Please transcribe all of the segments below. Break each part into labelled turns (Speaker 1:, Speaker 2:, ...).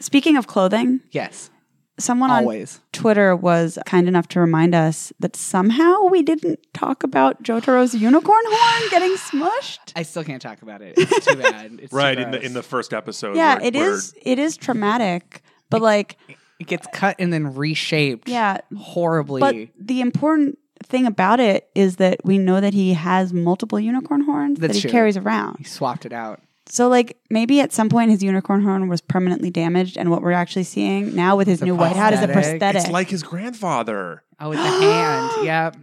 Speaker 1: Speaking of clothing,
Speaker 2: Yes.
Speaker 1: someone
Speaker 2: Always.
Speaker 1: on Twitter was kind enough to remind us that somehow we didn't talk about Jotaro's unicorn horn getting smushed.
Speaker 2: I still can't talk about it. It's too bad. It's too
Speaker 3: right in the
Speaker 2: gross.
Speaker 3: in the first episode.
Speaker 1: Yeah,
Speaker 3: where-
Speaker 1: it is. It is traumatic, but like,
Speaker 2: it gets cut and then reshaped.
Speaker 1: yeah.
Speaker 2: Horribly.
Speaker 1: But the important thing about it is that we know that he has multiple unicorn horns
Speaker 2: That's
Speaker 1: that he
Speaker 2: true.
Speaker 1: carries
Speaker 2: he
Speaker 1: around.
Speaker 2: swapped it out.
Speaker 1: So like maybe at some point his unicorn horn was permanently damaged, and what we're actually seeing now with his new white hat is a
Speaker 2: prosthetic.
Speaker 1: prosthetic.
Speaker 3: It's like his grandfather
Speaker 2: Oh, with the hand. Yep.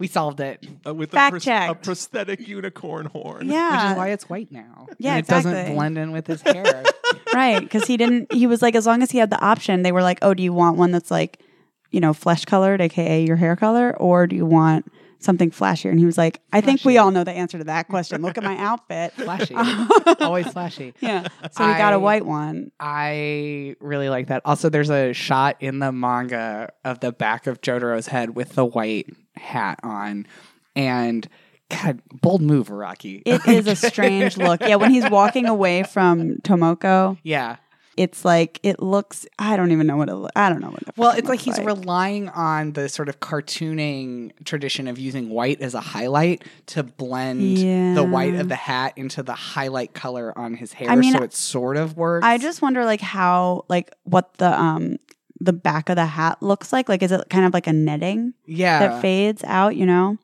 Speaker 2: We solved it.
Speaker 3: uh, with
Speaker 1: Fact
Speaker 3: a, pros- a
Speaker 1: checked.
Speaker 3: prosthetic unicorn horn.
Speaker 1: yeah,
Speaker 2: Which is why it's white now.
Speaker 1: Yeah,
Speaker 2: and it doesn't
Speaker 1: exactly.
Speaker 2: blend in with his hair.
Speaker 1: right because he didn't he was like as long as he had the option they were like oh do you want one that's like you know flesh colored aka your hair color or do you want something flashier and he was like i think we all know the answer to that question look at my outfit
Speaker 2: flashy. Always flashy.
Speaker 1: yeah so he got
Speaker 2: I-
Speaker 1: a white one
Speaker 2: I really like that. Also, there's a shot in the manga of the back of Jotaro's head with the white hat on. And God, bold move, Rocky.
Speaker 1: it is a strange look yeah when he's walking away from tomoko
Speaker 2: yeah.
Speaker 1: it's like it looks i don't even know what it lo- i don't know what it
Speaker 2: Well, it's like he's relying on the sort of cartooning tradition of using white as a highlight to blend
Speaker 1: Yeah.
Speaker 2: the white of the hat into the highlight color on his hair.
Speaker 1: I mean,
Speaker 2: so it sort of works.
Speaker 1: I just wonder like how like what the um the back of the hat looks like. Like is it kind of like a netting
Speaker 2: yeah.
Speaker 1: that fades out, you know?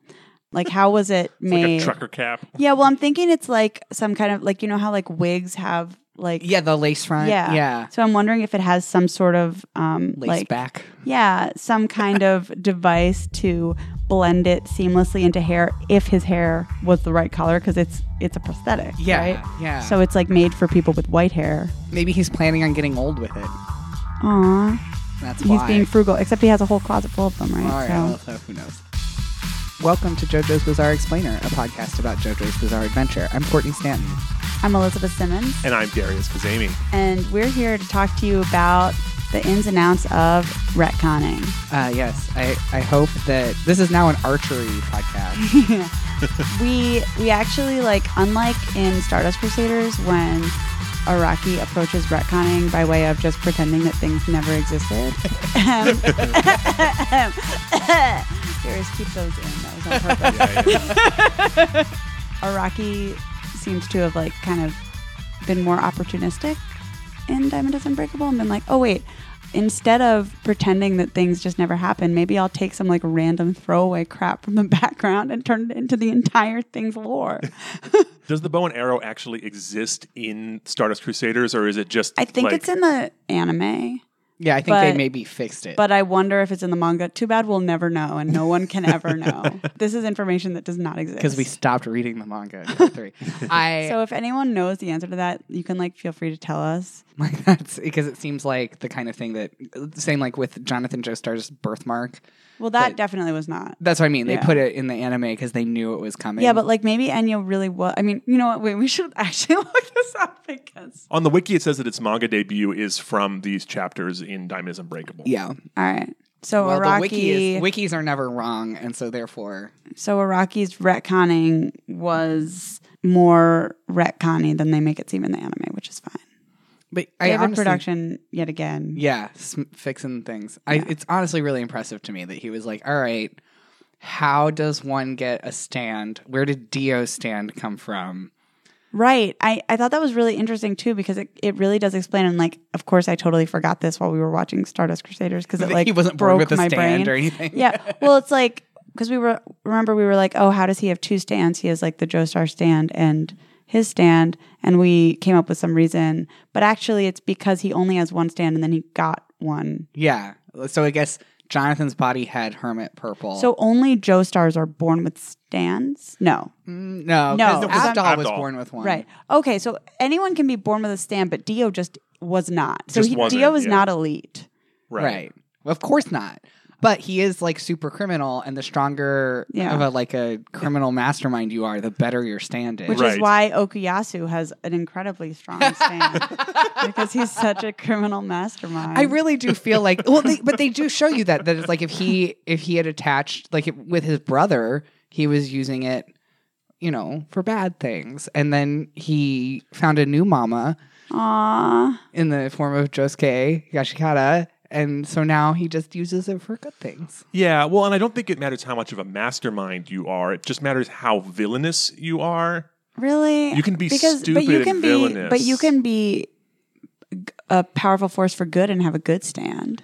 Speaker 1: Like how was it
Speaker 3: It's like
Speaker 1: made?
Speaker 3: a trucker cap.
Speaker 1: yeah, well I'm thinking it's like some kind of like you know how like wigs have like
Speaker 2: yeah, the lace front.
Speaker 1: Yeah.
Speaker 2: Yeah.
Speaker 1: So I'm wondering if it has some sort of um
Speaker 2: Lace
Speaker 1: like
Speaker 2: back.
Speaker 1: yeah, some kind of device to blend it seamlessly into hair if his hair was the right color because it's it's a prosthetic,
Speaker 2: Yeah.
Speaker 1: right?
Speaker 2: Yeah.
Speaker 1: So it's like made for people with white hair.
Speaker 2: Maybe he's planning on getting old with it.
Speaker 1: Aww.
Speaker 2: That's
Speaker 1: He's
Speaker 2: why.
Speaker 1: being frugal, except he has a whole closet full of them, right?
Speaker 2: All right, well, so who knows? Welcome to JoJo's Bizarre Explainer, a podcast about JoJo's Bizarre Adventure. I'm Courtney Stanton.
Speaker 1: I'm Elizabeth Simmons,
Speaker 3: And I'm Darius Kazemi.
Speaker 1: and we're here to talk to you about the ins and outs of retconning.
Speaker 2: Uh, yes, I, I hope that this is now an archery podcast.
Speaker 1: We we actually like, unlike in Stardust Crusaders, when Araki approaches retconning by way of just pretending that things never existed. Um, Darius, keep those in. That was on purpose. Araki seems to have like kind of been more opportunistic in Diamond is Unbreakable and been like, oh wait, instead of pretending that things just never happen, maybe I'll take some like random throwaway crap from the background and turn it into the entire thing's lore.
Speaker 3: Does the bow and arrow actually exist in Stardust Crusaders, or is it just?
Speaker 1: I think
Speaker 3: like,
Speaker 1: it's in the anime,
Speaker 2: yeah, I think they
Speaker 1: But-
Speaker 2: maybe fixed it.
Speaker 1: but I wonder if it's in the manga. Too bad we'll never know, and no one can ever know. this is information that does not exist.
Speaker 2: because we stopped reading the manga. in part Three. I
Speaker 1: so if anyone knows the answer to that, you can like feel free to tell us.
Speaker 2: like that's because it seems like the kind of thing that same like with Jonathan Joestar's birthmark.
Speaker 1: Well, that definitely was not.
Speaker 2: That's what I mean. They
Speaker 1: Yeah.
Speaker 2: put it in the anime because they knew it was coming.
Speaker 1: Yeah, but like maybe Enya really was. I mean, you know what? Wait, we should actually look this up because.
Speaker 3: on the wiki. It says that its manga debut is from these chapters in Diamond is Unbreakable.
Speaker 2: yeah.
Speaker 1: All right. So
Speaker 2: Well, the
Speaker 1: Araki.
Speaker 2: wiki is, wikis are never wrong, and so therefore,
Speaker 1: so Araki's retconning was more retconning than they make it seem in the anime, which is fine.
Speaker 2: but
Speaker 1: They
Speaker 2: I
Speaker 1: have a
Speaker 2: honestly,
Speaker 1: production yet again.
Speaker 2: yeah, sm- fixing things. I, it's honestly really impressive to me that he was like, "All right, how does one get a stand? Where did Dio stand come from?"
Speaker 1: Right. I, I thought that was really interesting too because it, it really does explain. And like, of course, I totally forgot this while we were watching Stardust Crusaders because it like
Speaker 2: he wasn't born
Speaker 1: broke
Speaker 2: with a
Speaker 1: my
Speaker 2: stand
Speaker 1: brain.
Speaker 2: or anything.
Speaker 1: yeah. Well, it's like because we were remember we were like, oh, how does he have two stands? He has like the Joestar stand and his stand, and we came up with some reason, but actually it's because he only has one stand, and then he got one.
Speaker 2: yeah. So I guess Jonathan's body had hermit purple.
Speaker 1: So only Joestars are born with stands. No,
Speaker 2: Mm, no,
Speaker 1: No,
Speaker 2: no,
Speaker 1: 'cause
Speaker 2: Abdal,
Speaker 3: I'm-
Speaker 2: was
Speaker 3: Abdal.
Speaker 2: born with one.
Speaker 1: right? Okay, so anyone can be born with a stand, but Dio just was not. So
Speaker 3: Just
Speaker 1: he,
Speaker 3: wasn't,
Speaker 1: Dio is
Speaker 3: yeah.
Speaker 1: not elite.
Speaker 3: right.
Speaker 2: Right. Of course not. But he is like super criminal, and the stronger
Speaker 1: Yeah.
Speaker 2: of a like a criminal mastermind you are, the better your stand is.
Speaker 1: Which
Speaker 3: Right.
Speaker 1: is why Okuyasu has an incredibly strong stand because he's such a criminal mastermind.
Speaker 2: I really do feel like well, they, but they do show you that that it's like if he if he had attached like if, with his brother, he was using it, you know, for bad things, and then he found a new mama
Speaker 1: Aw.
Speaker 2: in the form of Josuke Yashikata. And so now he just uses it for good things.
Speaker 3: Yeah, well, and I don't think it matters how much of a mastermind you are. It just matters how villainous you are.
Speaker 1: Really?
Speaker 3: You can be
Speaker 1: because,
Speaker 3: stupid
Speaker 1: but you
Speaker 3: and
Speaker 1: can be,
Speaker 3: villainous.
Speaker 1: but you can be g- a powerful force for good and have a good stand.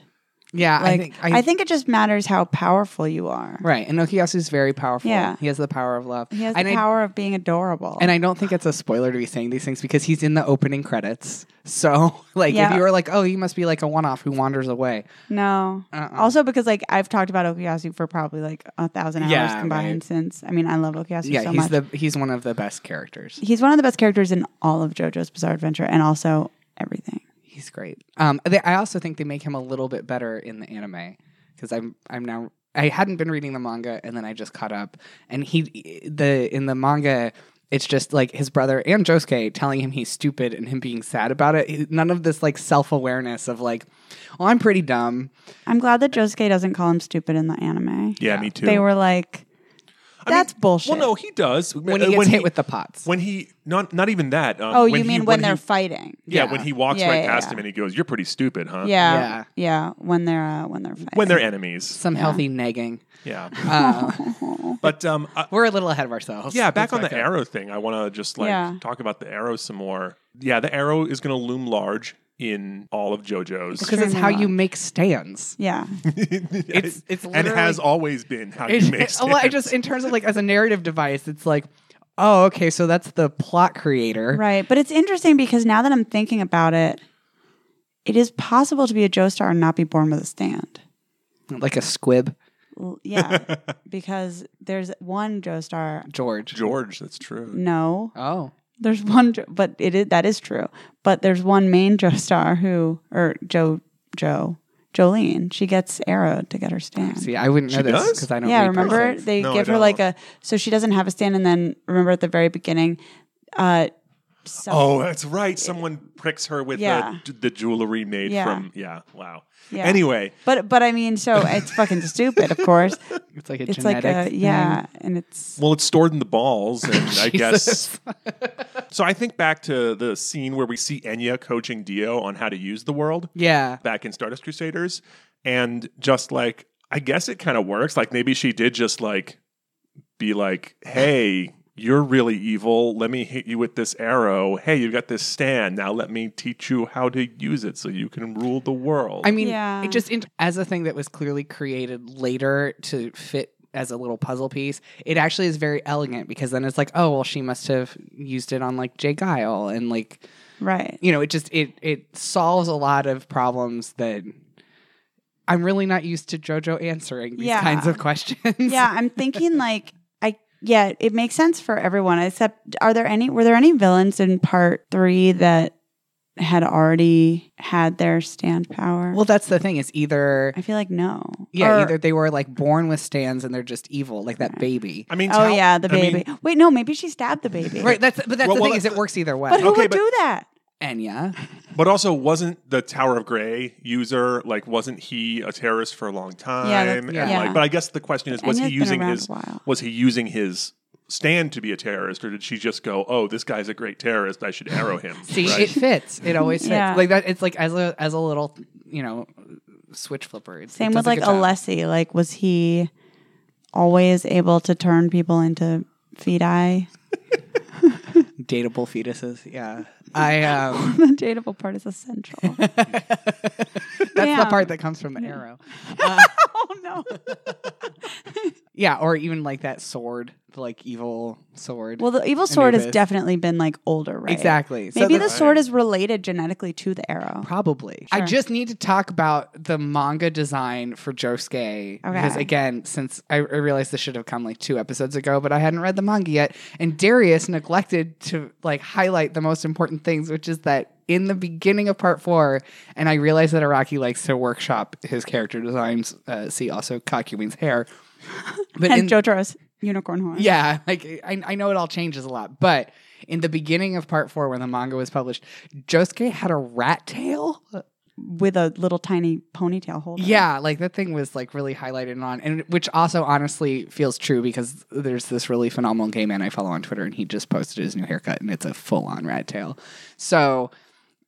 Speaker 2: Yeah,
Speaker 1: Like
Speaker 2: I think. I,
Speaker 1: think it just matters how powerful you are.
Speaker 2: right. And Okiyasu's very powerful.
Speaker 1: Yeah.
Speaker 2: He has the power of love.
Speaker 1: He has
Speaker 2: and
Speaker 1: the
Speaker 2: I-
Speaker 1: power of being adorable.
Speaker 2: And I don't think it's a spoiler to be saying these things because he's in the opening credits. So, like,
Speaker 1: Yeah.
Speaker 2: if you were like, oh, he must be like a one off who wanders away.
Speaker 1: no.
Speaker 2: Uh-uh.
Speaker 1: Also, because like I've talked about Okuyasu for probably like a thousand hours
Speaker 2: Yeah,
Speaker 1: combined
Speaker 2: right.
Speaker 1: since. I mean, I love Okuyasu
Speaker 2: yeah,
Speaker 1: so
Speaker 2: he's
Speaker 1: much.
Speaker 2: the he's one of the best characters.
Speaker 1: he's one of the best characters in all of JoJo's Bizarre Adventure, and also everything.
Speaker 2: He's great. Um, they, I also think they make him a little bit better in the anime because I'm I'm now I hadn't been reading the manga and then I just caught up and he the in the manga it's just like his brother and Josuke telling him he's stupid and him being sad about it. He- None of this like self awareness of like, well, I'm pretty dumb.
Speaker 1: I'm glad that Josuke doesn't call him stupid in the anime.
Speaker 3: Yeah, me too.
Speaker 1: They were like,
Speaker 3: I mean,
Speaker 1: that's bullshit.
Speaker 3: Well, no, he does Uh,
Speaker 2: when he gets hit with the pots.
Speaker 3: when he not not even that. Um,
Speaker 1: oh,
Speaker 3: when
Speaker 1: you
Speaker 3: he-
Speaker 1: mean when,
Speaker 3: he-
Speaker 1: they're fighting?
Speaker 3: yeah,
Speaker 2: Yeah.
Speaker 3: when he walks
Speaker 1: Yeah,
Speaker 3: right
Speaker 1: yeah,
Speaker 3: past
Speaker 1: yeah.
Speaker 3: him and he goes, "You're pretty stupid, huh?"
Speaker 1: Yeah,
Speaker 2: Yeah.
Speaker 1: yeah, when they're uh, when they're fighting.
Speaker 3: When they're enemies.
Speaker 2: Some healthy nagging.
Speaker 3: Yeah.
Speaker 2: Uh,
Speaker 3: But um, I-
Speaker 2: we're a little ahead of ourselves.
Speaker 3: yeah, back
Speaker 2: Let's
Speaker 3: on the
Speaker 2: up.
Speaker 3: arrow thing. I want to just like
Speaker 1: Yeah.
Speaker 3: talk about the arrow some more. Yeah, the arrow is going to loom large in all of JoJo's.
Speaker 2: because it's
Speaker 1: Extremely
Speaker 2: how you
Speaker 1: long.
Speaker 2: make stands.
Speaker 1: yeah,
Speaker 3: it's
Speaker 2: it's
Speaker 3: and
Speaker 2: literally-
Speaker 3: has always been how you
Speaker 2: It-
Speaker 3: make
Speaker 2: it- well, I
Speaker 3: stands.
Speaker 2: just in terms of like as a narrative device, it's like, oh, okay, so that's the plot creator.
Speaker 1: right. But it's interesting because now that I'm thinking about it, it is possible to be a Joestar and not be born with a stand.
Speaker 2: Like a squib,
Speaker 1: L- Yeah, because there's one Joestar.
Speaker 2: George.
Speaker 3: George. That's true.
Speaker 1: No,
Speaker 2: Oh.
Speaker 1: There's one, Jo- but it is, that is true. But there's one main Joe star who, or Joe, Joe, Jolene. She gets arrowed to get her stand.
Speaker 2: See, I wouldn't know
Speaker 3: She
Speaker 2: this
Speaker 3: does?
Speaker 2: because I don't
Speaker 1: yeah,
Speaker 2: read
Speaker 1: remember
Speaker 2: those things.
Speaker 1: they
Speaker 3: No,
Speaker 1: give
Speaker 3: I
Speaker 1: her like
Speaker 3: don't.
Speaker 1: a so she doesn't have a stand, and then remember at the very beginning, uh, so,
Speaker 3: Oh, that's right. Someone pricks her with
Speaker 1: Yeah.
Speaker 3: the, the jewelry made
Speaker 1: Yeah.
Speaker 3: from. Yeah. Wow.
Speaker 1: Yeah.
Speaker 3: Anyway,
Speaker 1: but but I mean, so it's fucking stupid, of course.
Speaker 2: It's like a
Speaker 1: It's like
Speaker 2: genetic
Speaker 1: a yeah, and it's
Speaker 3: well, it's stored in the balls, and I guess.
Speaker 2: Jesus.
Speaker 3: So I think back to the scene where we see Enya coaching Dio on how to use the world
Speaker 2: Yeah.
Speaker 3: back in Stardust Crusaders, and just like I guess it kind of works. Like maybe she did just like be like, "Hey, you're really evil. Let me hit you with this arrow. Hey, you've got this stand. Now let me teach you how to use it so you can rule the world."
Speaker 2: I mean,
Speaker 1: Yeah.
Speaker 2: it just in, as a thing that was clearly created later to fit as a little puzzle piece, it actually is very elegant because then it's like, oh well, she must have used it on like Jay Guile and like
Speaker 1: right.
Speaker 2: you know, it just it it solves a lot of problems that I'm really not used to JoJo answering these
Speaker 1: Yeah.
Speaker 2: kinds of questions.
Speaker 1: Yeah, I'm thinking like I yeah, it makes sense for everyone except are there any were there any villains in part 3 that had already had their stand power?
Speaker 2: Well, that's the thing. It's either
Speaker 1: I feel like no.
Speaker 2: yeah,
Speaker 1: Or-
Speaker 2: either they were like born with stands and they're just evil, like that baby.
Speaker 3: I mean,
Speaker 1: Oh
Speaker 3: Tal-
Speaker 1: yeah, the
Speaker 3: I mean,
Speaker 1: baby. Wait, no, maybe she stabbed the baby.
Speaker 2: Right. That's but that's
Speaker 3: Well,
Speaker 2: the
Speaker 3: well,
Speaker 2: thing is
Speaker 3: that's
Speaker 2: it works either way.
Speaker 1: But who
Speaker 3: Okay,
Speaker 1: would
Speaker 3: but-
Speaker 1: do that?
Speaker 2: Enya.
Speaker 3: But also, wasn't the Tower of Gray user like? Wasn't he a terrorist for a long time?
Speaker 1: Yeah, that-
Speaker 3: And,
Speaker 2: yeah.
Speaker 3: like, but I guess the question is, was
Speaker 1: Enya's
Speaker 3: he
Speaker 1: been
Speaker 3: using
Speaker 1: around
Speaker 3: his?
Speaker 1: a while.
Speaker 3: Was he using his stand to be a terrorist, or did she just go, "Oh, this guy's a great terrorist. I should arrow him"?
Speaker 2: See,
Speaker 3: right?
Speaker 2: it fits. It always fits.
Speaker 1: Yeah.
Speaker 2: Like that. It's like as a as a little you know switch flipper. It's,
Speaker 1: Same
Speaker 2: it
Speaker 1: with
Speaker 2: does a
Speaker 1: like
Speaker 2: good job.
Speaker 1: Alessi. Like was he always able to turn people into feti?
Speaker 2: dateable fetuses. Yeah. I um.
Speaker 1: the dateable part is essential.
Speaker 2: That's the
Speaker 1: Damn.
Speaker 2: part that comes from the arrow.
Speaker 1: oh no.
Speaker 2: Yeah, or even like that sword, the like evil sword.
Speaker 1: Well, the evil sword has
Speaker 2: Anubis.
Speaker 1: definitely been like older, right?
Speaker 2: Exactly. So
Speaker 1: Maybe
Speaker 2: the-
Speaker 1: the sword is related genetically to the arrow.
Speaker 2: probably. I
Speaker 1: Sure.
Speaker 2: just need to talk about the manga design for Josuke because
Speaker 1: Okay.
Speaker 2: again, since I, I realized this should have come like two episodes ago, but I hadn't read the manga yet, and Darius neglected to like highlight the most important things, which is that in the beginning of part four, and I realized that Araki likes to workshop his character designs. Uh, see also Kakumin's hair, but
Speaker 1: And Jotaro's unicorn horn.
Speaker 2: Yeah, like I, I know it all changes a lot, but in the beginning of part four, when the manga was published, Josuke had a rat tail.
Speaker 1: With a little tiny ponytail holder.
Speaker 2: Yeah, like that thing was like really highlighted and on, and which also honestly feels true because there's this really phenomenal gay man I follow on Twitter, and he just posted his new haircut, and it's a full on rat tail. So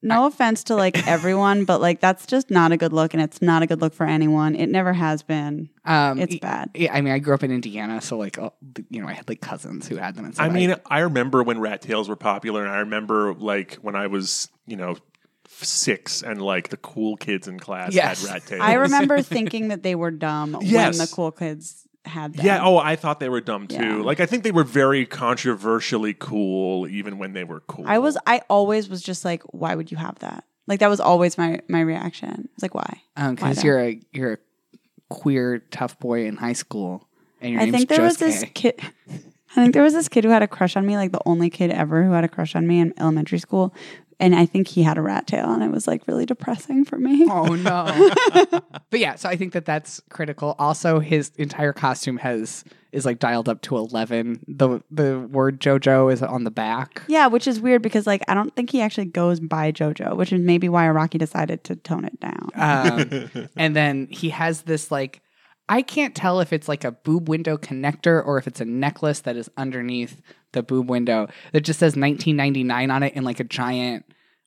Speaker 1: No offense to like everyone, but like that's just not a good look, and it's not a good look for anyone. It never has been.
Speaker 2: Um,
Speaker 1: It's
Speaker 2: y-
Speaker 1: bad.
Speaker 2: Yeah, I mean, I grew up in Indiana, so like, all, the- you know, I had like cousins who had them. And stuff.
Speaker 3: I mean, I remember when rat tails were popular, and I remember like when I was, you know, six, and like the cool kids in class
Speaker 2: Yes.
Speaker 3: had rat tails.
Speaker 1: I remember thinking that they were dumb
Speaker 3: Yes.
Speaker 1: when the cool kids had them.
Speaker 3: Yeah. Oh, I thought they were dumb too.
Speaker 1: Yeah.
Speaker 3: Like I think they were very controversially cool, even when they were cool.
Speaker 1: I was. I always was just like, why would you have that? Like that was always my my reaction. It's like why? Why not?
Speaker 2: because Um, you're a you're a queer tough boy in high school, and your
Speaker 1: I
Speaker 2: name's
Speaker 1: think there was this
Speaker 2: Josuke.
Speaker 1: kid. I think there was this kid who had a crush on me, like the only kid ever who had a crush on me in elementary school, and I think he had a rat tail, and it was like really depressing for me.
Speaker 2: Oh no! but yeah, so I think that that's critical. Also, his entire costume has is like dialed up to eleven. The the word JoJo is on the back.
Speaker 1: Yeah, which is weird because like I don't think he actually goes by JoJo, which is maybe why Araki decided to tone it down.
Speaker 2: Um, and then he has this like I can't tell if it's like a boob window connector or if it's a necklace that is underneath the boob window that just says 1999 on it in like a giant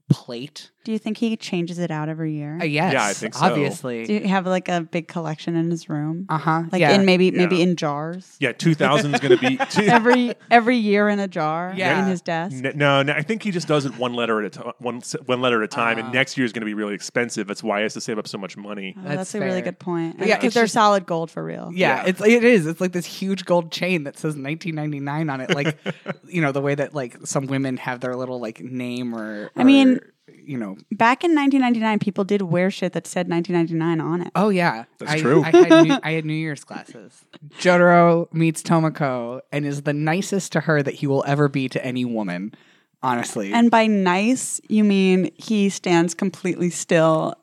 Speaker 2: plate.
Speaker 1: Do you think he changes it out every year?
Speaker 2: Uh, yes,
Speaker 3: Yeah, I think so.
Speaker 1: Do
Speaker 2: obviously.
Speaker 1: you have like a big collection in his room?
Speaker 2: Uh huh.
Speaker 1: Like
Speaker 2: yeah.
Speaker 1: in maybe maybe
Speaker 3: Yeah.
Speaker 1: in jars.
Speaker 3: Yeah, two thousand is going to be.
Speaker 1: every every year in a jar
Speaker 2: Yeah.
Speaker 1: in his desk.
Speaker 3: N- No, no, I think he just does it one letter at a time. One, s- one letter at a time, and next year is going to be really expensive. That's why he has to save up so much money.
Speaker 1: Oh,
Speaker 2: Ah. That's
Speaker 1: that's, a really
Speaker 2: fair.
Speaker 1: good point.
Speaker 2: Yeah,
Speaker 1: Because
Speaker 2: it's
Speaker 1: they're
Speaker 2: just-
Speaker 1: solid gold for real.
Speaker 2: yeah,
Speaker 3: Yeah.
Speaker 2: it's it is. It's like this huge gold chain that says 1999 on it, like you know the way that like some women have their little like name or,
Speaker 1: I mean-
Speaker 2: or, you know,
Speaker 1: Back in 1999, people did wear shit that said 1999 on it.
Speaker 2: Oh yeah,
Speaker 3: That's
Speaker 2: I,
Speaker 3: true.
Speaker 2: I had, new, I had New Year's classes. Jotaro meets Tomoko and is the nicest to her that he will ever be to any woman. Honestly,
Speaker 1: And by nice, you mean he stands completely still.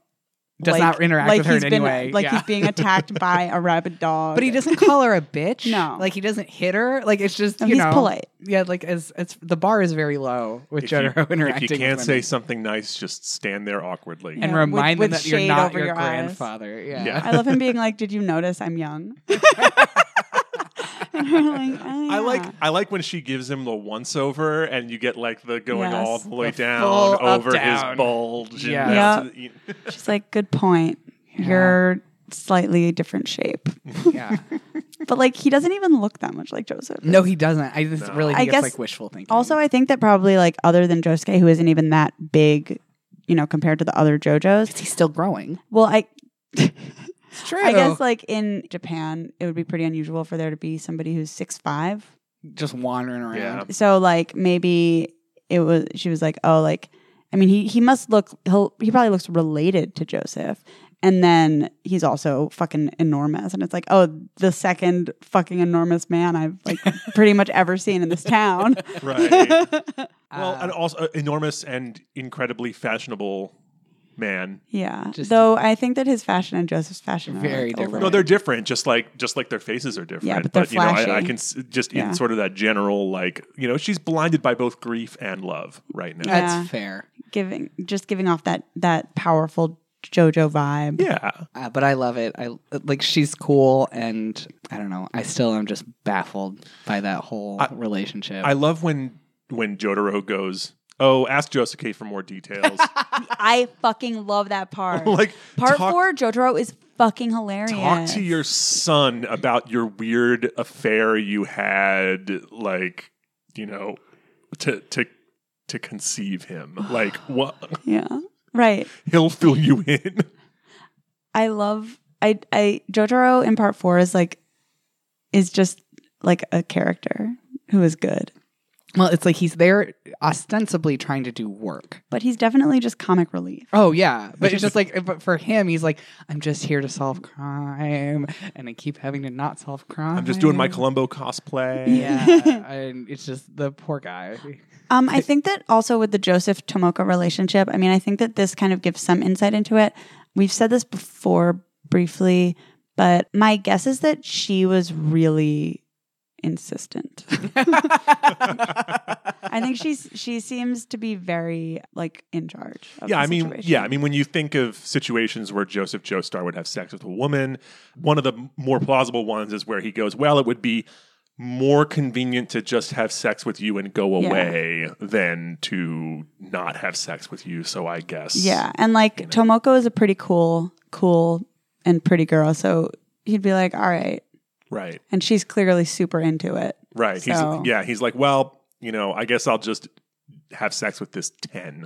Speaker 2: does
Speaker 1: like-
Speaker 2: not interact
Speaker 1: like
Speaker 2: with her in
Speaker 1: he's
Speaker 2: any
Speaker 1: been-
Speaker 2: way.
Speaker 1: Like
Speaker 2: yeah.
Speaker 1: he's being attacked by a rabid dog.
Speaker 2: but he doesn't call her a bitch.
Speaker 1: No.
Speaker 2: like he doesn't hit her. Like it's just
Speaker 1: No,
Speaker 2: you
Speaker 1: he's
Speaker 2: know,
Speaker 1: polite.
Speaker 2: Yeah, like as it's the bar is very low with
Speaker 3: If you-
Speaker 2: Jotaro interacting.
Speaker 3: If you can't
Speaker 2: with
Speaker 3: say
Speaker 2: women.
Speaker 3: something nice, just stand there awkwardly.
Speaker 2: and
Speaker 1: Yeah, with-
Speaker 2: remind
Speaker 1: with
Speaker 2: them that you're
Speaker 1: shade
Speaker 2: not
Speaker 1: over
Speaker 2: your,
Speaker 1: your eyes.
Speaker 2: grandfather. Yeah.
Speaker 3: Yeah.
Speaker 1: I love him being like, "Did you notice I'm young?" and we're like, oh, yeah.
Speaker 3: I like I like when she gives him the once over, and you get like the going
Speaker 1: Yes.
Speaker 3: all the way
Speaker 2: The
Speaker 3: down
Speaker 2: full up,
Speaker 3: over
Speaker 2: down.
Speaker 3: his bulge. and
Speaker 2: Yeah.
Speaker 3: down to the-
Speaker 1: She's like, "Good point. You're slightly a different shape."
Speaker 2: yeah.
Speaker 1: But like, he doesn't even look that much like Joseph.
Speaker 2: No, he doesn't. I just
Speaker 3: No.
Speaker 2: really
Speaker 1: I
Speaker 2: think it's
Speaker 1: guess-
Speaker 2: like wishful thinking.
Speaker 1: Also, I think that probably like other than Josuke, who isn't even that big, you know, compared to the other JoJos.
Speaker 2: he's still growing.
Speaker 1: Well, I
Speaker 2: It's true.
Speaker 1: I guess like in Japan, it would be pretty unusual for there to be somebody who's six five.
Speaker 2: just wandering around.
Speaker 3: Yeah.
Speaker 1: So like maybe it was she was like, oh, like I mean he he must look he'll he probably looks related to Joseph. And then he's also fucking enormous. And it's like, oh, the second fucking enormous man I've like pretty much ever seen in this town.
Speaker 3: right. Well,
Speaker 2: Uh,
Speaker 3: and also uh, enormous and incredibly fashionable man.
Speaker 1: Yeah.
Speaker 2: Just-
Speaker 1: Though I think that his fashion and Joseph's fashion are like,
Speaker 2: Very different.
Speaker 1: overlapped.
Speaker 3: No, they're different. Just like just like their faces are different.
Speaker 1: but they're
Speaker 3: you know, I, I
Speaker 1: flashy.
Speaker 3: can s- just
Speaker 1: Yeah.
Speaker 3: in sort of that general like you know she's blinded by both grief and love right now.
Speaker 2: That's
Speaker 1: Yeah.
Speaker 2: fair.
Speaker 1: giving just giving off that that powerful JoJo vibe.
Speaker 3: yeah,
Speaker 2: Uh, but I love it. I like she's cool, and I don't know. I still am just baffled by that whole relationship.
Speaker 3: I love when when Jotaro goes. Oh, ask Josuke for more details.
Speaker 1: I fucking love that part.
Speaker 3: like
Speaker 1: part
Speaker 3: talk,
Speaker 1: four, Jotaro is fucking hilarious.
Speaker 3: Talk to your son about your weird affair you had, like you know, to to to conceive him. Like what?
Speaker 1: Yeah. Right.
Speaker 3: He'll fill you in.
Speaker 1: I love I I Jotaro in part four is like is just like a character who is good.
Speaker 2: well, it's like he's there ostensibly trying to do work.
Speaker 1: But he's definitely just comic relief.
Speaker 2: Oh yeah, but it's just like, but for him, he's like, I'm just here to solve crime, and I keep having to not solve crime.
Speaker 3: I'm just doing my Columbo cosplay.
Speaker 2: Yeah, and it's just the poor guy.
Speaker 1: Um, I think that also with the Joseph Tomoko relationship, I mean, I think that this kind of gives some insight into it. We've said this before briefly, but my guess is that she was really insistent. I think she's she seems to be very like in charge. Of
Speaker 3: Yeah,
Speaker 1: the
Speaker 3: I mean,
Speaker 1: situation.
Speaker 3: yeah, I mean, when you think of situations where Joseph Joestar would have sex with a woman, one of the m- more plausible ones is where he goes, "Well, it would be more convenient to just have sex with you and go
Speaker 1: Yeah.
Speaker 3: away than to not have sex with you. So I guess.
Speaker 1: Yeah, and like Tomoko is a pretty cool, cool, and pretty girl. So he'd be like, "All right,"
Speaker 3: Right.
Speaker 1: and she's clearly super into it.
Speaker 3: Right.
Speaker 1: So-
Speaker 3: He's yeah, he's like, well, you know, I guess I'll just have sex with this 10.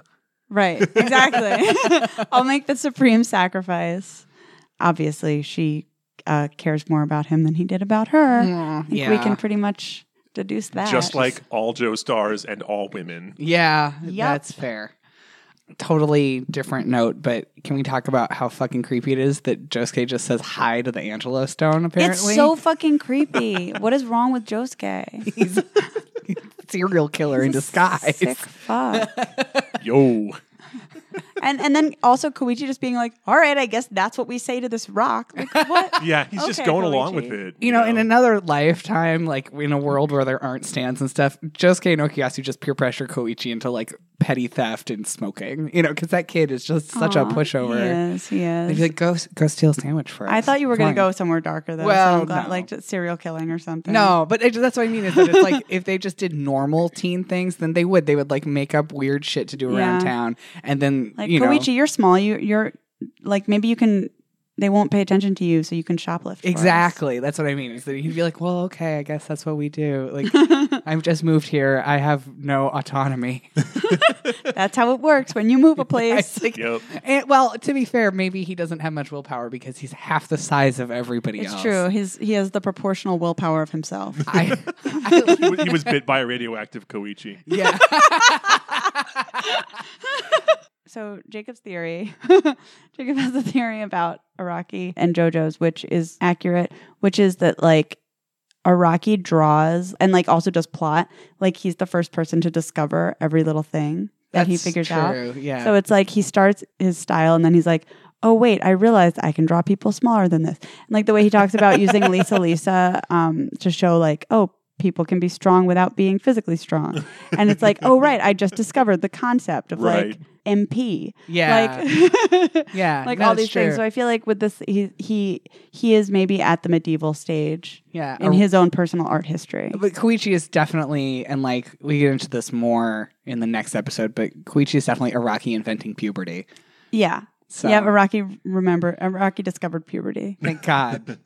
Speaker 1: Right, exactly. I'll make the supreme sacrifice. Obviously, she uh, cares more about him than he did about her.
Speaker 2: Mm,
Speaker 1: I think we can pretty much deduce that.
Speaker 3: Just like all Joe stars and all women.
Speaker 2: Yeah,
Speaker 1: Yup.
Speaker 2: that's fair. Totally different note, but can we talk about how fucking creepy it is that Josuke just says hi to the Angelo Stone? Apparently,
Speaker 1: it's so fucking creepy. what is wrong with Josuke?
Speaker 2: he's a serial killer in disguise.
Speaker 1: Sick fuck.
Speaker 3: Yo.
Speaker 1: and and then also Koichi just being like, "All right, I guess that's what we say to this rock." Like what?
Speaker 3: Yeah, he's just
Speaker 1: Okay,
Speaker 3: going along
Speaker 1: Koichi.
Speaker 3: with it.
Speaker 2: You know, in another lifetime, like in a world where there aren't stands and stuff, Josuke and Okuyasu just peer pressure Koichi into like petty theft and smoking. You know, because that kid is just such
Speaker 1: Aw,
Speaker 2: a pushover.
Speaker 1: He is. He
Speaker 2: They'd
Speaker 1: is.
Speaker 2: be like, go, go steal a sandwich for us.
Speaker 1: I thought you were going
Speaker 2: Come
Speaker 1: to
Speaker 2: on."
Speaker 1: go somewhere darker though.
Speaker 2: Well,
Speaker 1: so I'm glad,
Speaker 2: no.
Speaker 1: like just serial killing or something.
Speaker 2: No, but it, that's what I mean is that it's like if they just did normal teen things, then they would. They would like make up weird shit to do around
Speaker 1: Yeah.
Speaker 2: town, and then
Speaker 1: like
Speaker 2: you know
Speaker 1: Koichi, you're small. You you're like maybe you can. They won't pay attention to you, so you can shoplift. for us.
Speaker 2: exactly. That's what I mean. Is that he'd be like, well, okay, I guess that's what we do. Like, I've just moved here. I have no autonomy.
Speaker 1: That's how it works when you move a place.
Speaker 2: It's like-
Speaker 3: Yep.
Speaker 2: and, Eh, well, to be fair, maybe he doesn't have much willpower because he's half the size of everybody
Speaker 1: It's
Speaker 2: else.
Speaker 1: true. His he has the proportional willpower of himself.
Speaker 2: I,
Speaker 3: he,
Speaker 2: I,
Speaker 3: wa- he was bit by a radioactive Koichi.
Speaker 2: yeah.
Speaker 1: So Jacob's theory, Jacob has a theory about Araki and JoJo's, which is accurate, which is that like Araki draws and like also does plot. Like he's the first person to discover every little thing that he
Speaker 2: That's
Speaker 1: figures
Speaker 2: true.
Speaker 1: out.
Speaker 2: Yeah.
Speaker 1: So it's like he starts his style and then he's like, oh, wait, I realized I can draw people smaller than this. And like the way he talks about using Lisa Lisa um, to show, like, oh, people can be strong without being physically strong. And it's like, oh, right, I just discovered the concept of
Speaker 3: Right.
Speaker 1: like MP.
Speaker 2: yeah.
Speaker 1: Like,
Speaker 2: yeah.
Speaker 1: like
Speaker 2: No,
Speaker 1: all
Speaker 2: it's
Speaker 1: these things.
Speaker 2: true.
Speaker 1: So I feel like with this, he, he, he is maybe at the medieval stage
Speaker 2: yeah.
Speaker 1: in his own personal art history.
Speaker 2: But Koichi is definitely, and like we get into this more in the next episode, but Koichi is definitely Iraqi inventing puberty.
Speaker 1: Yeah.
Speaker 2: So
Speaker 1: Yeah, Araki remember Araki discovered puberty.
Speaker 2: thank God.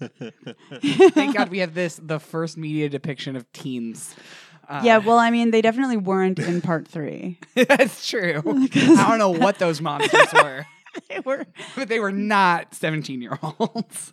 Speaker 2: thank God we have this, the first media depiction of teens. Uh,
Speaker 1: yeah, well, I mean, they definitely weren't in part three.
Speaker 2: that's true. I don't know what those monsters were,
Speaker 1: they were.
Speaker 2: but they were not 17 year olds.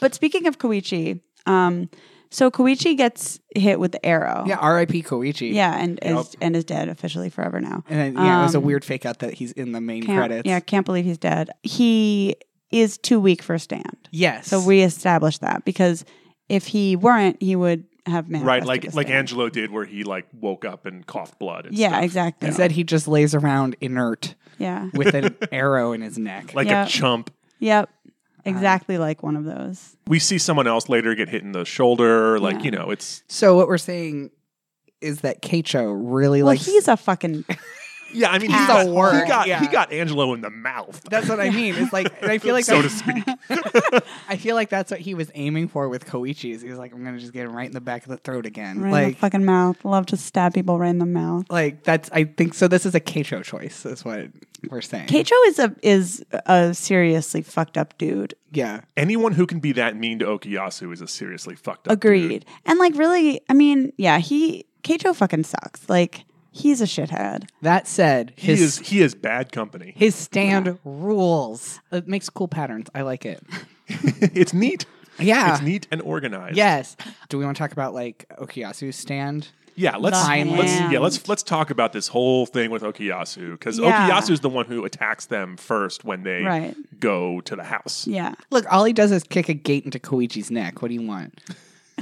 Speaker 1: But speaking of Koichi, um, so Koichi gets hit with the arrow.
Speaker 2: yeah, RIP Koichi.
Speaker 1: Yeah, and is and is dead officially forever now.
Speaker 2: And then, yeah, it was a
Speaker 1: Um,
Speaker 2: weird fake out that he's in the main
Speaker 1: Can't-
Speaker 2: credits.
Speaker 1: Yeah, can't believe he's dead. He is too weak for a stand.
Speaker 2: Yes.
Speaker 1: So we established that because if he weren't, he would have manifested
Speaker 3: Right, like
Speaker 1: a
Speaker 3: like
Speaker 1: stand.
Speaker 3: Angelo did where he like woke up and coughed blood and
Speaker 1: Yeah,
Speaker 3: stuff.
Speaker 1: exactly.
Speaker 2: Instead, he just lays around inert
Speaker 1: Yeah.
Speaker 2: with an arrow in his neck.
Speaker 3: Like
Speaker 1: Yeah.
Speaker 3: a chump.
Speaker 1: Yep. Exactly like one of those.
Speaker 3: We see someone else later get hit in the shoulder. Like,
Speaker 1: Yeah.
Speaker 3: you know, it's
Speaker 2: So what we're saying is that Keicho really
Speaker 1: Well,
Speaker 2: likes.
Speaker 1: he's a fucking
Speaker 3: Yeah, I mean
Speaker 2: He's
Speaker 3: he
Speaker 2: a
Speaker 3: got,
Speaker 2: word,
Speaker 3: He got
Speaker 2: yeah.
Speaker 3: he got Angelo in the mouth.
Speaker 2: that's what I mean. It's like and I feel like
Speaker 3: so to
Speaker 2: that's-
Speaker 3: speak.
Speaker 2: I feel like that's what he was aiming for with Koichi. Is he was like, I'm gonna just get him right in the back of the throat again.
Speaker 1: right in the
Speaker 2: like,
Speaker 1: fucking mouth. Love to stab people right in the mouth.
Speaker 2: like that's I think so. This is a Keicho choice, is what we're saying.
Speaker 1: Keicho is a is a seriously fucked up dude.
Speaker 2: yeah,
Speaker 3: Anyone who can be that mean to Okuyasu is a seriously fucked up.
Speaker 1: Agreed. And like really, I mean, yeah, he Keicho fucking sucks. Like he's a shithead.
Speaker 2: that said,
Speaker 3: dude.
Speaker 2: his
Speaker 3: He is he is bad company.
Speaker 2: his stand rules. It makes cool patterns. I like it.
Speaker 3: it's neat.
Speaker 2: Yeah.
Speaker 3: It's neat and organized.
Speaker 2: Yes. Do we want to talk about like Okuyasu's stand?
Speaker 3: Yeah, let's
Speaker 2: The
Speaker 3: let's
Speaker 1: hand.
Speaker 3: yeah, let's let's talk about this whole thing with Okuyasu cuz
Speaker 1: Yeah.
Speaker 3: Okuyasu is the one who attacks them first when they
Speaker 1: Right.
Speaker 3: go to the house.
Speaker 1: Yeah.
Speaker 2: Look, all he does is kick a gate into Koichi's neck. What do you want?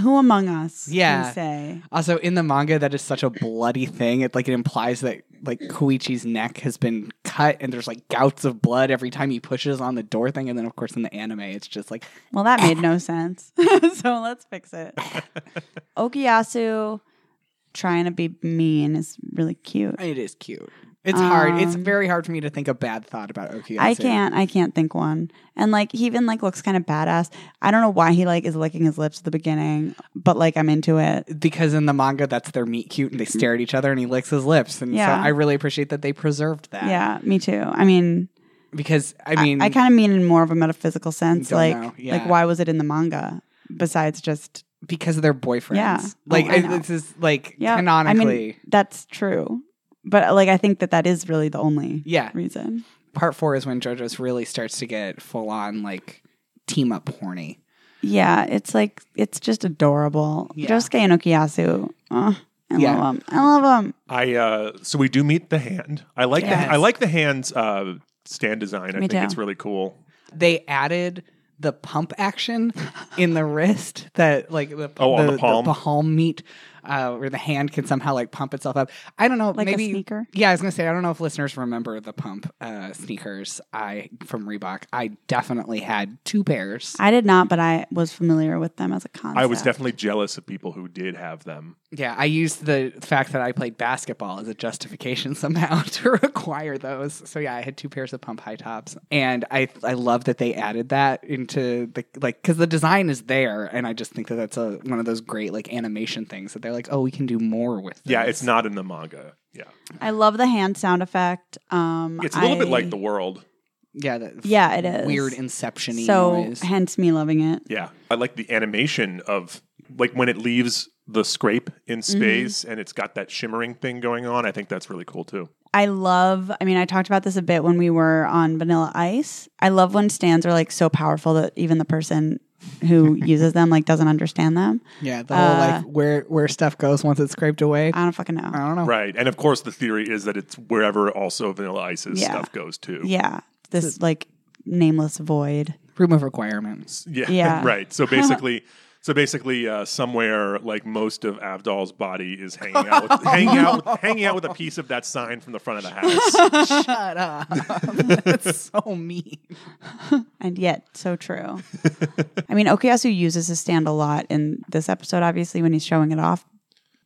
Speaker 1: Who among us?
Speaker 2: Yeah.
Speaker 1: Can say
Speaker 2: Also, in the manga, that is such a bloody thing. It like it implies that like Koichi's neck has been cut, and there's like gouts of blood every time he pushes on the door thing. And then, of course, in the anime, it's just like
Speaker 1: Well, that made no sense. so let's fix it. Okuyasu trying to be mean is really cute.
Speaker 2: it is cute. It's hard. It's
Speaker 1: Um,
Speaker 2: very hard for me to think a bad thought about Oki.
Speaker 1: I can't. I can't think one. And like he even like looks kind of badass. I don't know why he like is licking his lips at the beginning, but like I'm into it.
Speaker 2: because in the manga that's their meet cute and they stare at each other and he licks his lips and
Speaker 1: Yeah.
Speaker 2: so I really appreciate that they preserved that.
Speaker 1: Yeah, me too. I mean,
Speaker 2: Because I
Speaker 1: I,
Speaker 2: mean
Speaker 1: I, kind of mean in more of a metaphysical sense.
Speaker 2: Don't
Speaker 1: Like,
Speaker 2: know,
Speaker 1: like
Speaker 2: yeah.
Speaker 1: why was it in the manga? Besides just
Speaker 2: because of their boyfriends.
Speaker 1: Yeah.
Speaker 2: Like
Speaker 1: Oh, I
Speaker 2: I-
Speaker 1: know.
Speaker 2: this is like
Speaker 1: yeah,
Speaker 2: canonically.
Speaker 1: I mean, that's true. But uh, like I think that that is really the only
Speaker 2: yeah.
Speaker 1: reason.
Speaker 2: Part 4 is when JoJo's really starts to get full on like team up horny.
Speaker 1: Yeah, it's like it's just adorable.
Speaker 2: Yeah.
Speaker 1: Josuke and Okuyasu. Oh, I
Speaker 2: Yeah.
Speaker 1: love him. I love him.
Speaker 3: I uh, so we do meet the hand. I like
Speaker 2: Yes.
Speaker 3: the I like the hand's uh, stand design. I
Speaker 1: Me
Speaker 3: think
Speaker 1: too.
Speaker 3: it's really cool.
Speaker 2: They added the pump action in the wrist that like the
Speaker 3: Oh, on the palm.
Speaker 2: palm meat uh, where the hand can somehow like pump itself up. I don't know,
Speaker 1: Like
Speaker 2: maybe
Speaker 1: a sneaker.
Speaker 2: Yeah, I was gonna say I don't know if listeners remember the pump uh, sneakers I from Reebok. I definitely had two pairs.
Speaker 1: I did not, but I was familiar with them as a concept.
Speaker 3: I was definitely jealous of people who did have them.
Speaker 2: Yeah, I used the fact that I played basketball as a justification somehow to require those. So yeah, I had two pairs of pump high tops, and I I love that they added that into the like because the design is there, and I just think that that's a one of those great like animation things that they're like, oh, we can do more with.
Speaker 3: Yeah,
Speaker 2: this."
Speaker 3: it's not in the manga. Yeah,
Speaker 1: I love the hand sound effect. Um,
Speaker 3: it's a little bit
Speaker 1: I-
Speaker 3: like the world.
Speaker 2: yeah that
Speaker 1: Yeah, it is.
Speaker 2: weird inception-y
Speaker 1: so
Speaker 2: noise.
Speaker 1: hence me loving it.
Speaker 3: Yeah, I like the animation of like when it leaves the scrape in
Speaker 1: Mm-hmm.
Speaker 3: space and it's got that shimmering thing going on. I think that's really cool too.
Speaker 1: I love. I mean, I talked about this a bit when we were on Vanilla Ice. I love when stands are like so powerful that even the person who uses them like doesn't understand them.
Speaker 2: Yeah, the whole
Speaker 1: Uh,
Speaker 2: like where where stuff goes once it's scraped away.
Speaker 1: I don't fucking know.
Speaker 3: Uh,
Speaker 2: I don't know.
Speaker 3: Right, and of course the theory is that it's wherever also Vanilla Ice's
Speaker 1: Yeah.
Speaker 3: stuff goes to.
Speaker 1: Yeah, this like nameless void.
Speaker 2: Room of requirements.
Speaker 3: Yeah,
Speaker 1: Yeah.
Speaker 3: right. So basically, so basically, uh, somewhere like most of Avdol's body is hanging out, with,
Speaker 1: Oh,
Speaker 3: hanging out, with, hanging out with a piece of that sign from the front of the house.
Speaker 2: Shut up. That's so mean.
Speaker 1: and yet so true. I mean, Okuyasu uses his stand a lot in this episode, obviously, when he's showing it off.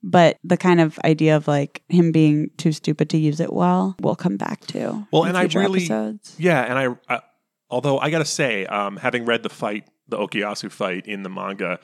Speaker 1: But the kind of idea of like him being too stupid to use it well, we'll come back to.
Speaker 3: Well,
Speaker 1: in
Speaker 3: and I
Speaker 1: future
Speaker 3: really-
Speaker 1: episodes.
Speaker 3: yeah, and I, I, although I gotta say, um, having read the fight, the Okuyasu fight in the manga.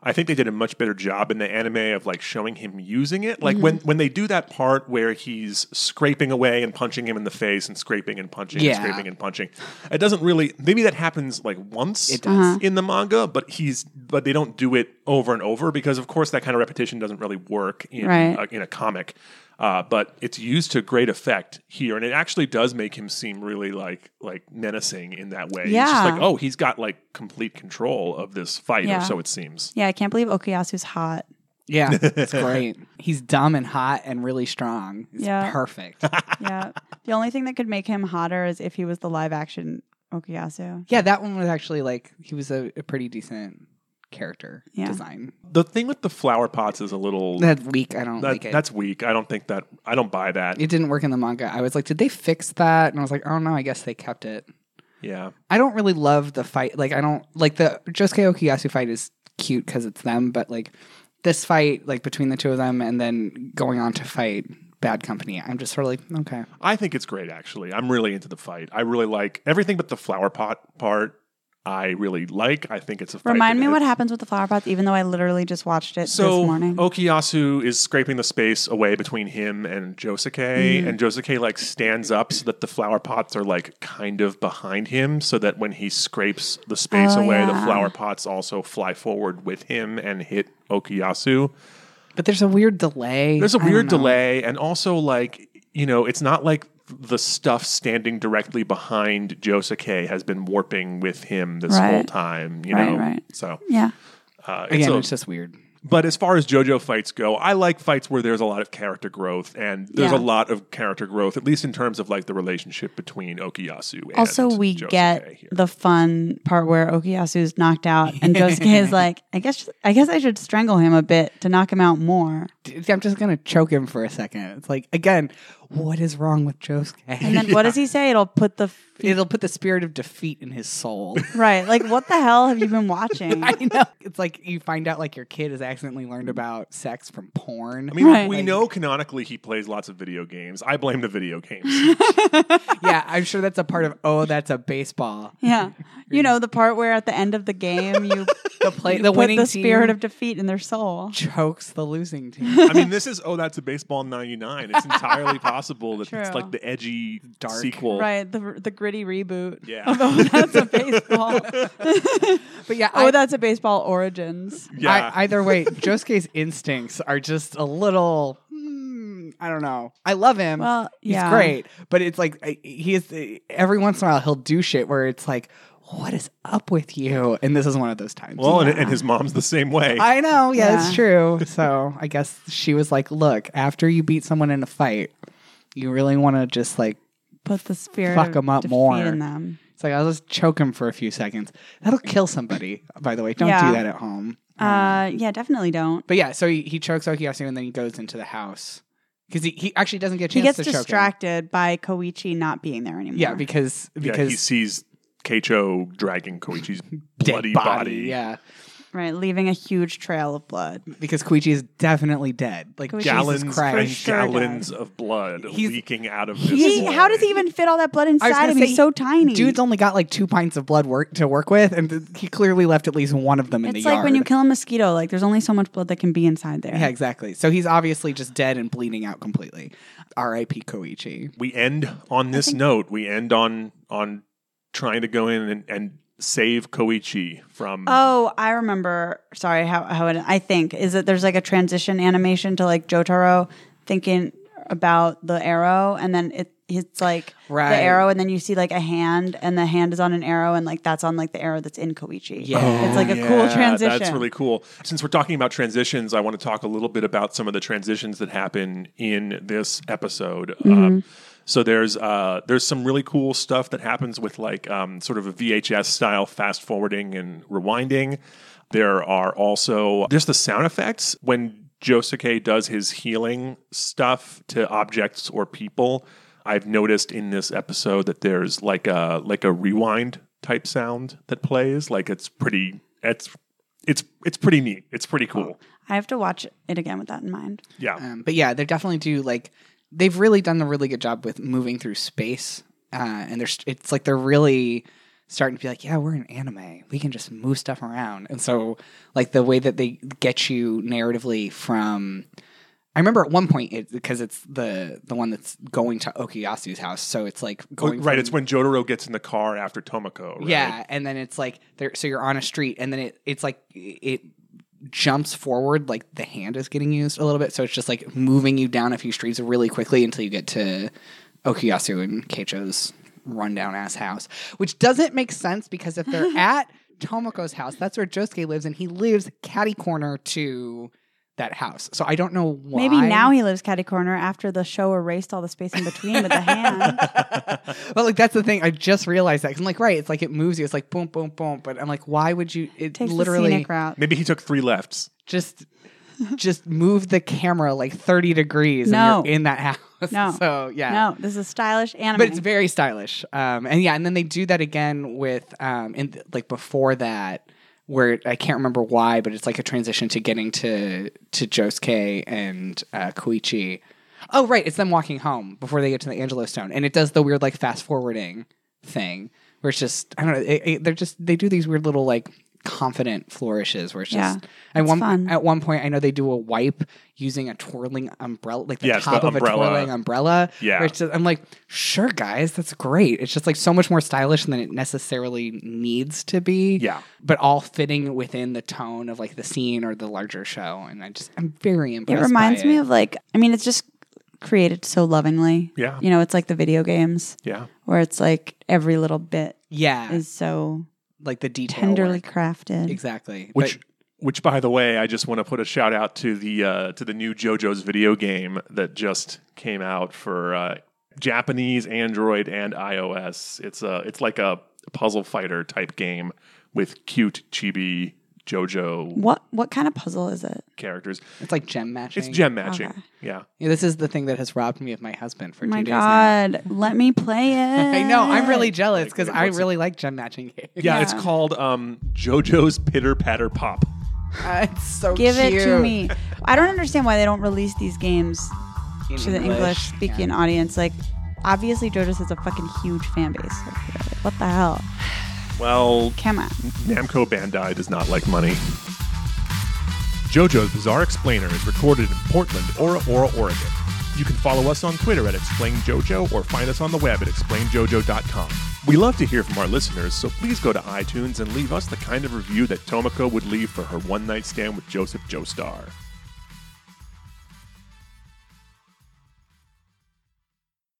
Speaker 3: I think they did a much better job in the anime of like showing him using it. Like when
Speaker 1: Mm-hmm.
Speaker 3: when they do that part where he's scraping away and punching him in the face and scraping and punching
Speaker 2: Yeah.
Speaker 3: and scraping and punching. It doesn't really maybe that happens like once.
Speaker 2: It does.
Speaker 1: Uh-huh.
Speaker 3: in the manga, but he's but they don't do it over and over because of course that kind of repetition doesn't really work in
Speaker 1: Right.
Speaker 3: uh, in a comic. Uh, but it's used to great effect here, and it actually does make him seem really like like menacing in that way. It's just
Speaker 1: Yeah.
Speaker 3: like oh, he's got like complete control of this fight,
Speaker 1: Yeah.
Speaker 3: or so it seems.
Speaker 1: Yeah, I can't believe Okuyasu's hot.
Speaker 2: Yeah, it's great. He's dumb and hot and really strong. It's
Speaker 1: Yeah.
Speaker 2: perfect.
Speaker 1: Yeah. the only thing that could make him hotter is if he was the live action Okuyasu.
Speaker 2: yeah, that one was actually like he was a, a pretty decent character
Speaker 1: Yeah.
Speaker 2: design.
Speaker 3: The thing with the flower pots is a little
Speaker 2: That week I don't
Speaker 3: that-
Speaker 2: like it.
Speaker 3: that's weak. I don't think that I don't buy that.
Speaker 2: it didn't work in the manga. I was like, did they fix that? And I was like, oh no, I guess they kept it.
Speaker 3: yeah,
Speaker 2: I don't really love the fight. Like I don't like the Josuke Okuyasu fight is cute because it's them, but like this fight, like between the two of them, and then going on to fight Bad Company, I'm just sort of like okay.
Speaker 3: I think it's great actually. I'm really into the fight. I really like everything but the flower pot part. I really like. I think it's a fight
Speaker 1: Remind
Speaker 3: that
Speaker 1: me what
Speaker 3: it-
Speaker 1: happens with the flower pots, even though I literally just watched it
Speaker 3: So
Speaker 1: this morning.
Speaker 2: oh,
Speaker 3: Okuyasu is scraping the space away between him and Josuke,
Speaker 1: Mm.
Speaker 3: and Josuke like stands up so that the flower pots are like kind of behind him, so that when he scrapes the space
Speaker 1: Oh,
Speaker 3: away, the
Speaker 1: yeah.
Speaker 3: flower pots also fly forward with him and hit Okuyasu.
Speaker 2: But there's a weird delay.
Speaker 3: There's a
Speaker 2: I don't
Speaker 3: weird
Speaker 2: know.
Speaker 3: delay, and also like you know, it's not like the stuff standing directly behind Josuke has been warping with him this
Speaker 1: Right.
Speaker 3: whole time. You
Speaker 1: Right,
Speaker 3: know,
Speaker 1: right.
Speaker 3: so
Speaker 1: yeah.
Speaker 3: uh, it's
Speaker 2: Again,
Speaker 3: a-
Speaker 2: it's just weird.
Speaker 3: But as far as JoJo fights go, I like fights where there's a lot of character growth, and there's
Speaker 1: Yeah.
Speaker 3: a lot of character growth, at least in terms of like the relationship between Okuyasu. And
Speaker 1: Also, we
Speaker 3: Josuke
Speaker 1: get
Speaker 3: here.
Speaker 1: the fun part where Okuyasu's knocked out, and Josuke is like, "I guess, I guess I should strangle him a bit to knock him out more."
Speaker 2: Dude, I'm just gonna choke him for a second. It's like again, what is wrong with Josuke?
Speaker 1: And then what does he say? It'll put the f-
Speaker 2: It'll put the spirit of defeat in his soul.
Speaker 1: right. Like what the hell have you been watching?
Speaker 2: I know. It's like you find out like your kid has accidentally learned about sex from porn.
Speaker 3: I mean,
Speaker 1: Right.
Speaker 3: we know canonically he plays lots of video games. I blame the video games.
Speaker 2: yeah, I'm sure that's a part of oh, that's a baseball.
Speaker 1: Yeah. You know, the part where at the end of the game you
Speaker 2: The play
Speaker 1: you
Speaker 2: the
Speaker 1: put
Speaker 2: winning
Speaker 1: the
Speaker 2: team
Speaker 1: spirit of defeat in their soul.
Speaker 2: chokes the losing team.
Speaker 3: I mean, this is oh, that's a baseball '99. It's entirely possible that it's
Speaker 1: True.
Speaker 3: like the edgy
Speaker 2: Dark.
Speaker 3: sequel.
Speaker 1: Right. The the gritty reboot.
Speaker 3: Yeah.
Speaker 1: Of Oh, that's a baseball.
Speaker 2: But yeah,
Speaker 1: oh,
Speaker 2: I-
Speaker 1: that's a baseball origins.
Speaker 3: Yeah.
Speaker 2: I, either way, Josuke's instincts are just a little. hmm, I don't know. I love him.
Speaker 1: Well,
Speaker 2: he's
Speaker 1: yeah.
Speaker 2: great, but it's like I- he is. Every once in a while, he'll do shit where it's like, "What is up with you?" And this is one of those times.
Speaker 3: well, and, and his mom's the same way.
Speaker 2: I know. Yeah, it's
Speaker 1: Yeah.
Speaker 2: true. So I guess she was like, "Look, after you beat someone in a fight, you really want to just like."
Speaker 1: Put the spirit
Speaker 2: Fuck
Speaker 1: of
Speaker 2: 'em up
Speaker 1: defeat
Speaker 2: more.
Speaker 1: in them.
Speaker 2: It's like I'll just choke him for a few seconds. That'll kill somebody. By the way, don't
Speaker 1: Yeah.
Speaker 2: do that at home.
Speaker 1: Uh yeah, definitely don't.
Speaker 2: But yeah, so he, he chokes Okuyasu and then he goes into the house because he, he actually doesn't get a chance
Speaker 1: He gets
Speaker 2: to choke
Speaker 1: distracted by Koichi not being there anymore.
Speaker 2: him. Yeah, because
Speaker 3: yeah,
Speaker 2: because
Speaker 3: he sees Keicho dragging Koichi's
Speaker 2: dead
Speaker 3: bloody
Speaker 2: body, Yeah,
Speaker 1: right, leaving a huge trail of blood.
Speaker 2: because Koichi is definitely dead. Like
Speaker 1: Koichi-
Speaker 2: Jesus
Speaker 3: gallons and
Speaker 2: Christ.
Speaker 1: sure
Speaker 3: gallons of blood
Speaker 2: He's-
Speaker 3: leaking out of his.
Speaker 1: He,
Speaker 3: boy.
Speaker 1: how does he even fit all that blood
Speaker 2: I was
Speaker 1: inside
Speaker 2: gonna
Speaker 1: him? He's
Speaker 2: say,
Speaker 1: so tiny.
Speaker 2: Dude's only got like two pints of blood work to work with, and th- he clearly left at least one of them in
Speaker 1: it's
Speaker 2: the
Speaker 1: like
Speaker 2: yard.
Speaker 1: when you kill a mosquito, like there's only so much blood that can be inside there.
Speaker 2: yeah, exactly. So he's obviously just dead and bleeding out completely. R.I.P. Koichi.
Speaker 3: we end on this note. We end on on trying to go in and, and save Koichi from.
Speaker 1: Oh, I remember. Sorry, how how it, I think is that there's like a transition animation to like Jotaro thinking about the arrow, and then it it's like
Speaker 2: Right.
Speaker 1: the arrow, and then you see like a hand, and the hand is on an arrow, and like that's on like the arrow that's in Koichi.
Speaker 2: Yeah.
Speaker 1: it's like a
Speaker 3: Oh, Yeah,
Speaker 1: cool transition.
Speaker 3: That's really cool. Since we're talking about transitions, I want to talk a little bit about some of the transitions that happen in this episode. Um, so there's uh, there's some really cool stuff that happens with like um, sort of a VHS style fast forwarding and rewinding. There are also there's the sound effects when Josuke does his healing stuff to objects or people. I've noticed in this episode that there's like a like a rewind type sound that plays. Like it's pretty it's it's it's pretty neat. It's pretty cool.
Speaker 1: I have to watch it again with that in mind.
Speaker 3: Yeah.
Speaker 2: Um, but yeah, they definitely do like they've really done a really good job with moving through space, uh, and there's it's like they're really starting to be like, yeah, we're an anime, we can just move stuff around, and so like the way that they get you narratively from. I remember at one point it because it's the the one that's going to Okuyasu's house, so it's like going
Speaker 3: Oh, right,
Speaker 2: from-
Speaker 3: it's when Jotaro gets in the car after Tomoko. Right?
Speaker 2: yeah, and then it's like there. So you're on a street, and then it it's like it jumps forward, like the hand is getting used a little bit. So it's just like moving you down a few streets really quickly until you get to Okuyasu and Keicho's rundown ass house, which doesn't make sense because if they're at Tomoko's house, that's where Josuke lives, and he lives catty corner to that house. So I don't know why.
Speaker 1: Maybe now he lives catty corner after the show erased all the space in between with the hand.
Speaker 2: But like that's the thing. I just realized that 'Cause I'm like, right. It's like it moves you. It's like boom, boom, boom. But I'm like, why would you? It
Speaker 1: Takes
Speaker 2: literally
Speaker 1: the scenic route.
Speaker 3: Maybe he took three lefts.
Speaker 2: just just move the camera like 30 degrees
Speaker 1: No.
Speaker 2: and you're in that house.
Speaker 1: No.
Speaker 2: So yeah.
Speaker 1: No, this is stylish anime.
Speaker 2: But it's very stylish. Um and yeah, and then they do that again with um in th- like before that where I can't remember why, but it's like a transition to getting to to Josuke and uh Koichi. Oh right, it's them walking home before they get to the Angelo Stone. And it does the weird like fast forwarding thing where it's just I don't know, it, it, they're just they do these weird little like confident flourishes where it's
Speaker 1: Yeah.
Speaker 2: just at one
Speaker 1: fun.
Speaker 2: at one point I know they do a wipe using a twirling umbrella like the
Speaker 3: Yes, the
Speaker 2: top of
Speaker 3: umbrella.
Speaker 2: a twirling umbrella.
Speaker 3: Yeah.
Speaker 2: where it's just- I'm like, sure guys, that's great. It's just like so much more stylish than it necessarily needs to be.
Speaker 3: Yeah.
Speaker 2: But all fitting within the tone of like the scene or the larger show. And I just I'm very
Speaker 1: It
Speaker 2: impressed.
Speaker 1: reminds
Speaker 2: by
Speaker 1: me
Speaker 2: it.
Speaker 1: of like I mean it's just created so lovingly.
Speaker 3: Yeah.
Speaker 1: You know, it's like the video games
Speaker 3: Yeah.
Speaker 1: where it's like every little bit
Speaker 2: Yeah.
Speaker 1: is so
Speaker 2: like the detail.
Speaker 1: tenderly
Speaker 2: work.
Speaker 1: crafted.
Speaker 2: Exactly.
Speaker 3: Which
Speaker 2: But-
Speaker 3: which by the way, I just want to put a shout out to the uh, to the new JoJo's video game that just came out for uh, Japanese Android and uh, iOS. It's a it's like a puzzle fighter type game with cute chibi JoJo
Speaker 1: What what kind of puzzle is it?
Speaker 3: characters.
Speaker 2: It's like gem matching.
Speaker 3: It's gem matching.
Speaker 1: Okay.
Speaker 3: Yeah.
Speaker 2: Yeah, this is the thing that has robbed me of my husband for
Speaker 1: Oh my
Speaker 2: two days now.
Speaker 1: god, let me play it.
Speaker 2: I know. I'm really jealous
Speaker 3: Like,
Speaker 2: because
Speaker 3: wait,
Speaker 2: I
Speaker 3: what's it-
Speaker 2: really like gem matching games.
Speaker 3: yeah, It's
Speaker 1: Yeah.
Speaker 3: called um, JoJo's Pitter Patter Pop.
Speaker 2: Uh, it's so
Speaker 1: Give it to
Speaker 2: cute.
Speaker 1: me. I don't understand why they don't release these games
Speaker 2: In
Speaker 1: to the English speaking audience. Like, obviously, JoJo's has a fucking huge fan base. Like, what the hell?
Speaker 3: Well,
Speaker 1: Come on.
Speaker 3: Namco Bandai does not like money. JoJo's Bizarre Explainer is recorded in Portland, Ora Ora, Oregon. You can follow us on Twitter at ExplainJoJo or find us on the web at explainjojo.com. We love to hear from our listeners, so please go to iTunes and leave us the kind of review that Tomoko would leave for her one night stand with Joseph Joestar.